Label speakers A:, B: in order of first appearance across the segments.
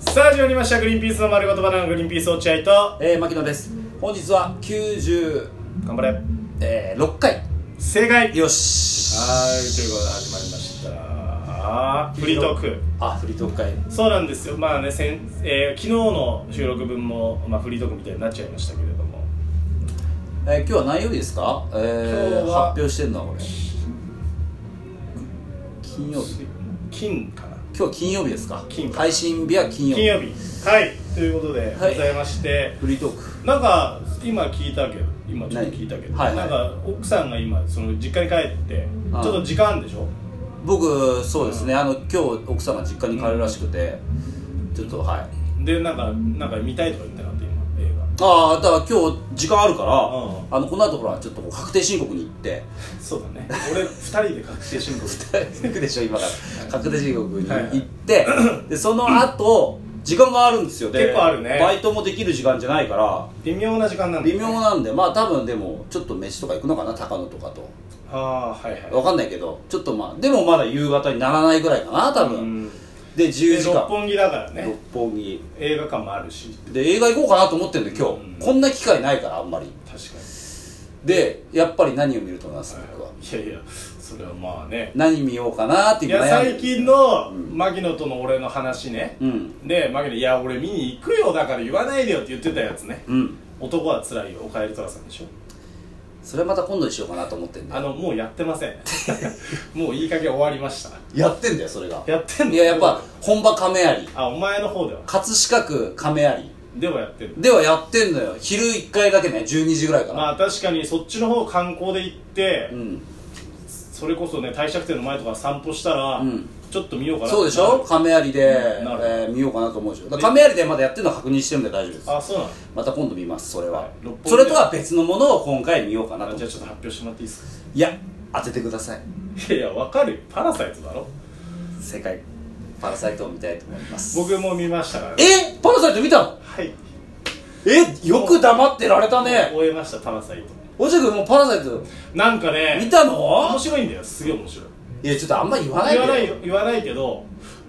A: さあ始まりました「グリーンピースの丸ごとバナナグリーンピース落合」と
B: えー、牧野です本日は96、
A: 頑張れ
B: えー6回
A: 正解
B: よし
A: はいということで始まりましたフリートーク
B: あフリートーク会
A: そうなんですよまあね先、えー昨日の収録分も、まあ、フリートークみたいになっちゃいましたけれども
B: えー、今日は何曜日ですか、えー、
A: 今日は
B: 発表してるのはこれ金曜日
A: 金かな
B: 今日金曜日ですか
A: 金
B: 配信日は金曜日
A: 金曜日はいということで
B: はい
A: ございまして、
B: フリートーク
A: なんか今聞いたけど今ちょっと聞いたけど、
B: 何はい
A: な
B: は
A: ん
B: い
A: か奥さんが今その実家に帰ってちょっ
B: ああ
A: と時間あるでしょ
B: 僕そうですねあの今日奥さんが実家に帰るらしくて、ちょっとはい
A: でなんかなんか見たいとか言ってなかった今映画
B: ああだから今日時間あるか
A: う
B: ら、あのこの後ほらちょっとこう確定申告に行って
A: そうだね俺2人で確定申告 して
B: 行くでしょ今から確定申告に行って、でその後時間があるんですよで
A: 結構あるね
B: バイトもできる時間じゃないから
A: 微妙な時間なんだ、ね、
B: 微妙なんでまあ多分でもちょっと飯とか行くのかな高野とかと
A: ああーはいはい
B: 分かんないけどちょっとまあでもまだ夕方にならないぐらいかな多
A: う
B: 分
A: ん
B: で10
A: で
B: 時
A: 六
B: 間
A: 本木だからね
B: 六本木
A: 映画館もあるし
B: で映画行こうかなと思ってるんで今日、
A: うん
B: こんな機会ないからあんまり
A: 確か
B: でやっぱり何を見ると思います僕は
A: にいやいやそれはまあね
B: 何見ようかなって
A: い
B: いう
A: や
B: 悩
A: 最
B: んでる
A: 近の牧野との俺の話ね、
B: うん
A: で牧野「いや俺見に行くよだから言わないでよ」って言ってたやつね
B: うん
A: 「男はつらいよおかえりとらさん」でしょ
B: それはまた今度にしようかなと思ってんだ
A: あ
B: よ
A: のもうやってま せんもういい加減終わりました
B: やってんだよそれが
A: やってんの
B: いややっぱ本場亀有
A: あお前の方では
B: 葛飾区亀有
A: ではやってる
B: ではやってんのよ昼1回だけね12時ぐらいから、
A: まあ確かにそっちの方観光で行って、
B: うん
A: それこそね帝釈天の前とか散歩したら、
B: うん
A: ちょっと見ようかな
B: そうでしょ亀有で、
A: うんなる
B: えー見ようかなと思うでしょだから亀有でまだやってるのは確認してるんで大丈夫です
A: あそうなの
B: また今度見ますそれは、
A: はい六本木で
B: それとは別のものを今回見ようかな
A: あ
B: と
A: じゃあ
B: い
A: ちょっと発表してもらっていいです
B: や当ててください
A: かいやいやわかるよパラサイトだろ
B: 正解パラサイトを見たいと思います
A: 僕も見ましたからね
B: えパラサイト見たの
A: はい
B: えよく黙ってられたね
A: 終えましたパラサイト
B: おじゃくんもうパラサイト
A: なんかね
B: 見た
A: 面
B: の
A: 白いんだよすげえ面白い
B: いやちょっとあんま言わない
A: 言わ
B: で
A: ないよ言わないけど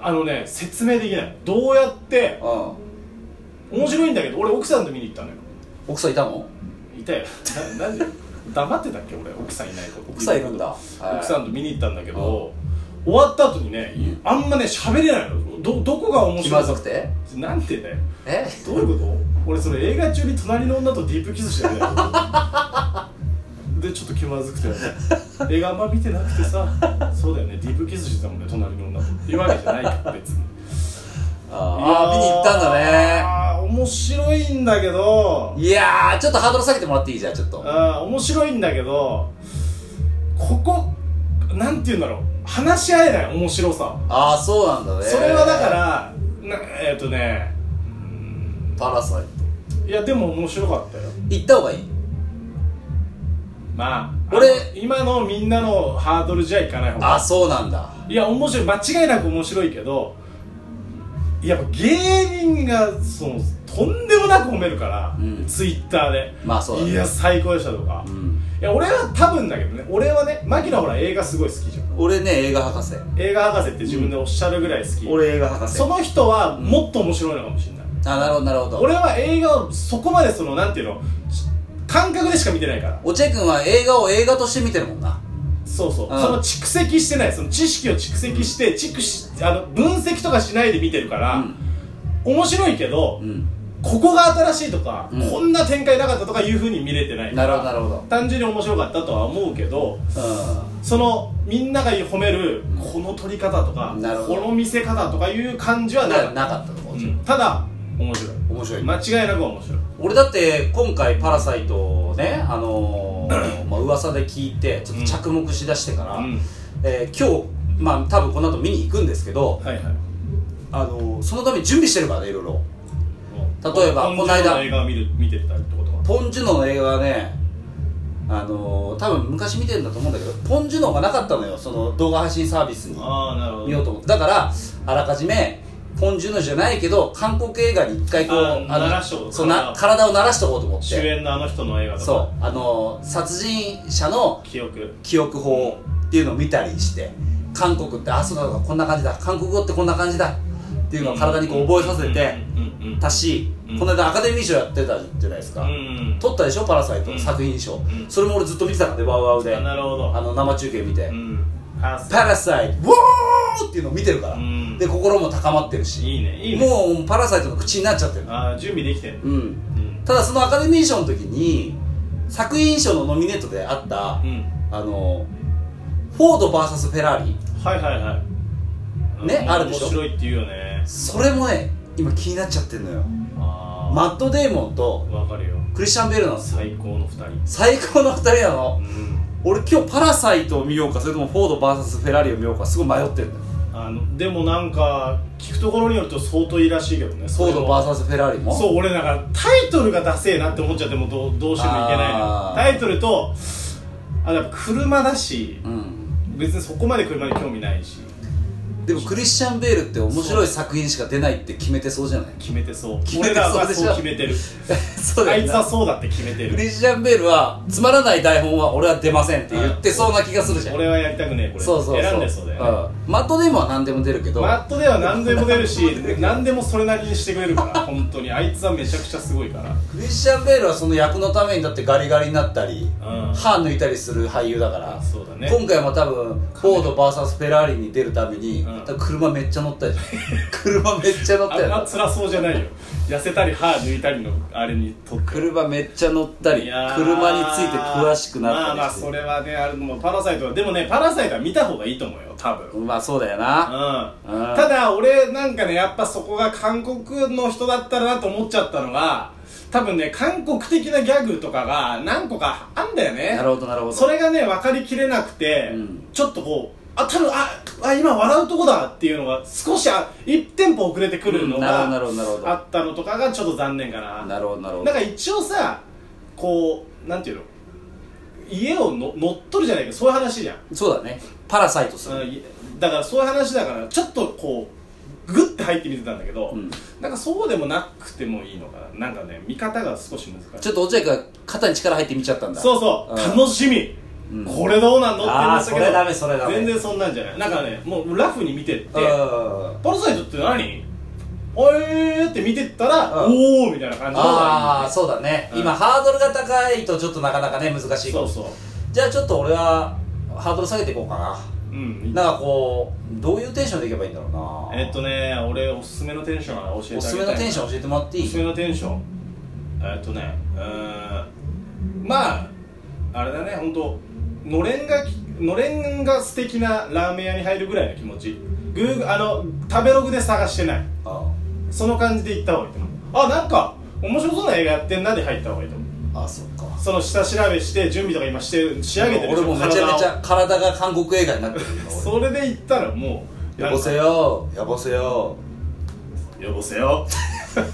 A: あのね説明できないどうやって
B: う
A: 面白いんだけど俺奥さんと見に行ったのよ
B: ん奥さんいたの
A: いたよななんで黙ってたっけ俺奥さんいないこと
B: 奥さんいるんだ
A: 奥さんと見に行ったんだけど、終わった後にね、あんまね喋れないのどどこが面
B: 気
A: 白
B: ま
A: い
B: ずくて
A: なんてだよ
B: え
A: どういうこと俺それ映画中に隣の女とディープキスしてるよでちょっと気まずくて、映画あんま見てなくてさそうだよねディープキスしてたもんね隣の女とっていうわけじゃないから別に
B: あー見に行ったんだね
A: だね面白いんだけど
B: いやーちょっとハードル下げてもらっていいじゃんちょっと
A: あー面白いんだけどここなんて言うんだろう話し合えない面白さ
B: ああそうなんだね
A: それはだからなえっ、とね
B: パラサイト
A: いやでも面白かったよ
B: 行った方がいい
A: まあ
B: 俺
A: あの今のみんなのハードルじゃいかない方
B: あ
A: が
B: ーそうなんだ
A: いや面白い間違いなく面白いけどやっぱ芸人がそのとんでもなく褒めるから、
B: うん
A: ツイッターで、
B: まあそうだね
A: いや最高でしたとか、
B: う
A: い
B: ん
A: や俺は多分だけどね俺はね牧野ほら映画すごい好きじゃん
B: 俺ね映画博士
A: 映画博士って自分でおっしゃるぐらい好き、
B: 映画博
A: その人はもっと面白いのかもしれない、
B: あなるほどなるほど
A: 俺は映画をそこまでそのなんていうのし感覚でしか見てないから
B: 落合君は映画を映画として見てるもんな
A: そうそう、
B: うん
A: その蓄積してないその知識を蓄積して蓄しあの分析とかしないで見てるから、
B: うん
A: 面白いけど、
B: うん
A: ここが新しいとか、
B: うん
A: こんな展開なかったとかいうふうに見れてない
B: なるほどなるほど
A: 単純に面白かったとは思うけど
B: う
A: そのみんなが褒めるこの撮り方とか、
B: なるほ
A: こ
B: ど
A: の見せ方とかいう感じは
B: ん
A: なか
B: な
A: った
B: なかったと思う
A: うんただ面白い
B: 面白い
A: 間違いなく面白い
B: 俺だって今回「パラサイト」をねあの ーまあ噂で聞いてちょっと着目しだしてから、
A: うん
B: えー今日まあ多分この後見に行くんですけど、
A: はいはい
B: あのーそのために準備してるからねいろいろ例えばこの間
A: 映画を見る見てたってことか
B: ポン・ジュノの映画はねあのー多分昔見てるんだと思うんだけどポン・ジュノがなかったのよその動画配信サービスに
A: ああなるほど
B: 見ようと思ってだからあらかじめポン・ジュノじゃないけど韓国映画に一回こう
A: あー
B: あの
A: 慣らしとこう
B: そうな体を慣らしておこうと思って
A: 主演のあの人の映画とか
B: そうあのー殺人者の
A: 記憶
B: 記憶法っていうのを見たりして韓国ってあそうだとかこんな感じだ韓国語ってこんな感じだってっていうのを体にこう覚えさせて
A: うんうん
B: たし
A: うん
B: この間アカデミー賞やってたじゃないですか
A: うん
B: 撮ったでしょ「パラサイト」
A: うん
B: 作品賞
A: ん
B: それも俺ずっと見てたからねワウワウで
A: あなるほど
B: あの生中継見て
A: うんあ
B: 「
A: そう
B: パラサイト」「ウォー!」っていうのを見てるから
A: うん
B: で心も高まってるし
A: いいねいいね
B: もうパラサイトの口になっちゃってる
A: あー準備できてんの
B: うん
A: うん
B: ただそのアカデミー賞の時に作品賞のノミネートであった
A: うん
B: あのフォード VS フェラーリ
A: はいはいはい
B: ね
A: うん
B: あるでしょ
A: 面白いって言うよね
B: それもね今気になっちゃってるのよ
A: あ
B: マット・デーモンと
A: あわかるよ
B: クリスチャン・ベールなんですよ
A: 最高の二人
B: 最高の2人なの
A: うん
B: 俺今日パラサイトを見ようかそれともフォード VS フェラーリを見ようかすごい迷ってるんだよ
A: あのでもなんか聞くところによると相当いいらしいけどね
B: フォード VS フェラーリも
A: そう俺だからタイトルがダセえなって思っちゃってもうどうどうしてもいけないのよ
B: あー
A: タイトルとあやっぱ車だし
B: うん
A: 別にそこまで車に興味ないし
B: でもクリスチャン・ベールって面白い作品しか出ないって決めてそうじゃない
A: 決めてそう
B: 決め
A: 俺
B: て
A: ら
B: そ
A: は
B: うでしょ
A: そう決めてる
B: そうだ
A: あ
B: よ
A: い
B: ね
A: つは そうだって決めて
B: ク
A: る
B: リスチャン・ベールはつまらない台本は俺は出ませんって言ってそうな気がするじゃん
A: 俺はやりたくねえこれ
B: そうそうそう
A: 選んでそうだよね、
B: うん、マットデーモンは何でも出るけど
A: マットでは何でも出るし何でもそれなりにしてくれるから本当にあいつはめちゃくちゃすごいから
B: クリスチャン・ベールはその役のためにだってガリガリになったり
A: うん
B: 歯抜いたりする俳優だから
A: そうだね
B: 今回も多分フォード VS フェラーリに出るために、
A: うん
B: 多分車めっちゃ乗ったじゃん 車めっちゃ乗っ
A: あ
B: た
A: ん
B: よ
A: な辛そうじゃないよ痩せたり歯抜いたりのあれにとって
B: 車めっちゃ乗った
A: い
B: り車
A: やー
B: について詳しくな
A: まあ
B: っ
A: ま
B: た
A: あ
B: りして
A: それはねあるのもパラサイトはでもねパラサイトは見た方がいいと思うよ多分うん
B: まあそうだよなうん
A: ただ俺なんかねやっぱそこが韓国の人だったらなと思っちゃったのが多分ね韓国的なギャグとかが何個かあんだよね
B: なるほどなるほど
A: それがね分かりきれなくて、
B: うん
A: ちょっとこうあ多分ああ今笑うとこだっていうのが少しあ1テンポ遅れてくるの
B: うんなるほどなるほど
A: があったのとかがちょっと残念かな
B: なるほどなるほ
A: な
B: ど
A: んか一応さこうなんていうの家をの乗っ取るじゃないけどそういう話じゃん、
B: そうだねパラサイトす
A: う
B: る
A: んいだからそういう話だからちょっとこうグッて入って見てたんだけど、
B: うん
A: なんかそうでもなくてもいいのかななんかね見方が少し難しい
B: ちょっと落合が肩に力入って見ちゃったんだ
A: そうそう、
B: ん
A: 楽しみ、
B: うん
A: これどうなんのって
B: あー
A: ましたけど
B: それダメそれダメ
A: 全然そんなんじゃないなんかねもうラフに見てって
B: うん
A: パラサイトって何おえーって見てったら、
B: う
A: お
B: ん
A: ーみたいな感じの
B: ああそうだね、
A: うん
B: 今ハードルが高いとちょっとなかなかね難しい
A: そうそう
B: じゃあちょっと俺はハードル下げていこうか
A: うん
B: ななんかこうどういうテンションでいけばいいんだろうな
A: えっとね、俺おすすめのテンションを教えてあげたい
B: おすすめのテンション
A: ン
B: 教えてもらって
A: お
B: い
A: すすめ
B: い
A: のテンションえっとねうーんまああれだね本当のれんがきのれんが素敵なラーメン屋に入るぐらいの気持ちグーグあの食べログで探してない
B: あ
A: その感じで行った方がいいと思うあなんか面白そうな映画やってんなで入った方がいいと思う
B: あそっか
A: その下調べして準備とか今して仕上げてる
B: 俺もめちゃめち
A: 体を
B: ゃ体が韓国映画になってるよ
A: それで行ったらもう
B: 俺よぼせよよぼせよ
A: よぼせよ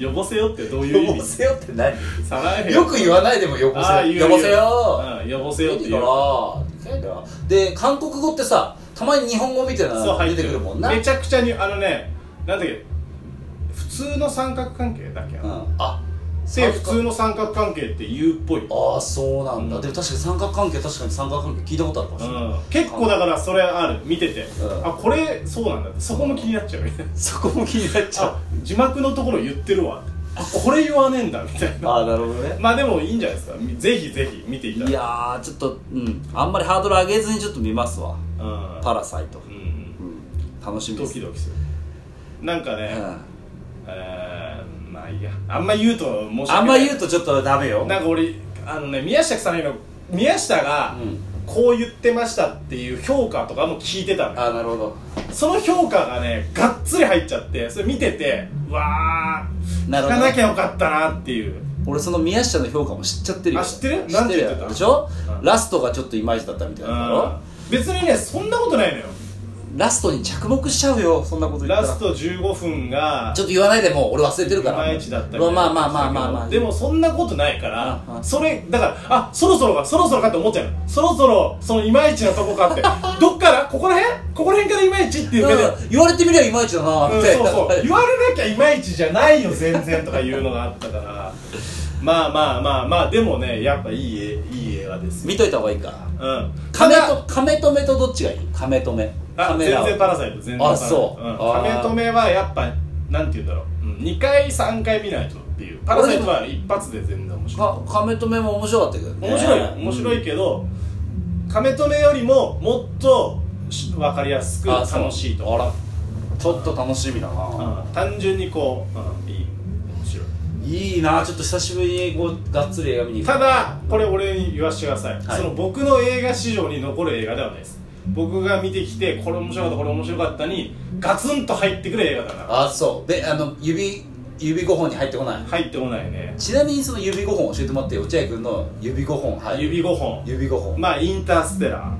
A: よぼせよってどういう
B: よ
A: 意
B: ぼ
A: 味
B: せよって何
A: さらへん
B: よく言わないでもよぼ
A: ああ
B: せ
A: 言う
B: よよぼせよ
A: 言ううんよぼせよ
B: い
A: って
B: い
A: 言
B: か
A: う
B: らで韓国語ってさたまに日本語みたいな
A: そう
B: の
A: 入
B: 出
A: って
B: て
A: る
B: くるもんな
A: めちゃくちゃにあのねなんだっけ普通の三角関係だっけ
B: う
A: な、
B: んあ
A: 正普通の三角関係って言うっぽい、うん、
B: ああそうなんだ、
A: うん
B: でも確かに三角関係確かに三角関係聞いたことあるかもしれない、
A: 結構だからそれある見てて、
B: うん
A: あこれそうなんだってそこも気になっちゃうみたいな
B: そこも気になっちゃう
A: あ字幕のところ言ってるわあこれ言わねえんだみたいな
B: ああなるほどね
A: まあでもいいんじゃないですかぜひぜひ見ていただ
B: いやーちょっとうんあんまりハードル上げずにちょっと見ますわ
A: うん
B: パラサイト
A: う、ん
B: うん、楽しみで
A: ド
B: す
A: キドキするなんかね、
B: うん
A: えーまあいいやあんま言うと申し訳ない
B: あんま言うとちょっとダメよ
A: なんか俺あのね宮下さんへの宮下が
B: うん
A: こう言ってましたっていう評価とかも聞いてたのよ
B: ああなるほど
A: その評価がねがっつり入っちゃってそれ見ててうわー
B: な
A: 聞
B: るほど
A: かなきゃよかったなっていう
B: 俺その宮下の評価も知っちゃってるよ
A: あ知ってる
B: 知ってる
A: なんて言ってた
B: でしょ、
A: うん
B: ラストがちょっとイマイチだったみたいなだろ
A: うん別にねそんなことないのよ
B: ラストに着目しちゃうよそんなこと言ったら
A: ラスト15分が
B: ちょっと言わないでもう俺忘れてる
A: い
B: から
A: まいちだったり
B: まあまあまあまあまあ、まあ、
A: でもそんなことないから
B: うんうん
A: それだからあそろそろかそろそろかって思っちゃうのそろそろそのいまいちなとこかって どっからここら辺ここら辺からいまいちっていう目で、
B: うん言われてみりゃいまいちだな
A: う
B: っ
A: ん
B: て、
A: そうそう言われなきゃいまいちじゃないよ全然とかいうのがあったからまあまあまあまあでもねやっぱいいえいい映画ですよ
B: 見といた方がいいか
A: うん
B: 亀
A: ただ
B: と亀止めとどっちがいい亀止め
A: あ
B: カメラ
A: 全
B: を
A: 然パラサイト全然パラサイト
B: あそう
A: うん、
B: あ
A: カ
B: ー
A: メ止めはやっぱなんて言うんだろう、うん、2回3回見ないとっていうパラサイトは一発で全然面白い
B: かカメ止めも面白かったけどね
A: 面白いよ面白いけど、カメ止めよりももっとし分かりやすく
B: あそう
A: 楽しいと
B: あらちょっと楽しみだな、
A: うん単純にこう、うんいい面白い
B: いいなちょっと久しぶりにこうがっつり映画見に行く
A: ただこれ俺に言わせてください、
B: はい
A: その僕の映画史上に残る映画ではないです僕が見てきてこれ面白かったこれ面白かったにガツンと入ってくる映画だな
B: あそうであの指指5本に入ってこない
A: 入ってこないね、
B: ちなみにその指5本教えてもらってよ落合君の指5本はい
A: 指5本
B: 指5本、
A: まあインター ステラ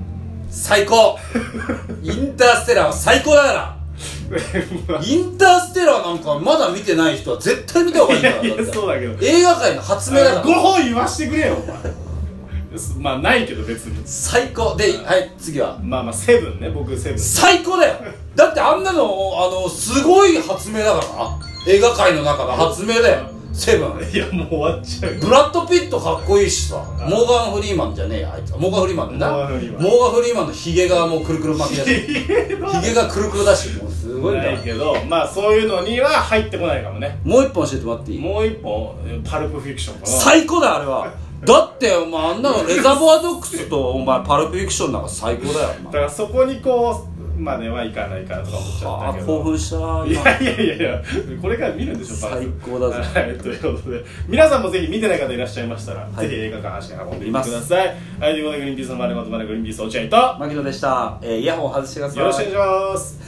B: 最高 インターステラーは最高だから
A: ー
B: インターステラーなんかまだ見てない人は絶対見た方がいいん
A: い
B: だか
A: やいや
B: らだって
A: そうだけど
B: 映画界の発明だから
A: 5本言わしてくれよお前まあないけど別に
B: 最高ではい次は
A: まあまあセブンね僕セブン
B: 最高だよだってあんなのあのすごい発明だからな映画界の中の発明だよセブン
A: いやもう終わっちゃうよ
B: ブラッド・ピットかっこいいしさモーガン・フリーマンじゃねえやあいつモーガン・フリーマンだよな
A: モーガンフリーマン
B: モーガン・フリーマンのヒゲがもうくるくる巻き だしヒゲがくるくるだしもうすごいんだ
A: な
B: よ
A: いけどまあそういうのには入ってこないかもね
B: もう一本教えてもらっていい
A: もう一本パルプフィクションかな
B: 最高だよあれはだってお前あんなのレザボアドックスとお前パルプフィクションなんか最高だよ
A: だ か
B: お前
A: らそこにこうまではいかないかなとか思っちゃ
B: あ
A: ったけ
B: ー
A: ど
B: 興奮したない今
A: やいやいやいやこれから見るんでしょパラサイト
B: 最高だぜ
A: はいということで皆さんもぜひ見てない方いらっしゃいましたら、
B: はい
A: ぜひ映画館足に運んで
B: い
A: み
B: ま
A: て
B: す
A: くださいはいということでグリーンピースの丸ごと丸グリーンピース落合と
B: 牧野でした、えーイヤホン外してください
A: よろしくお願いします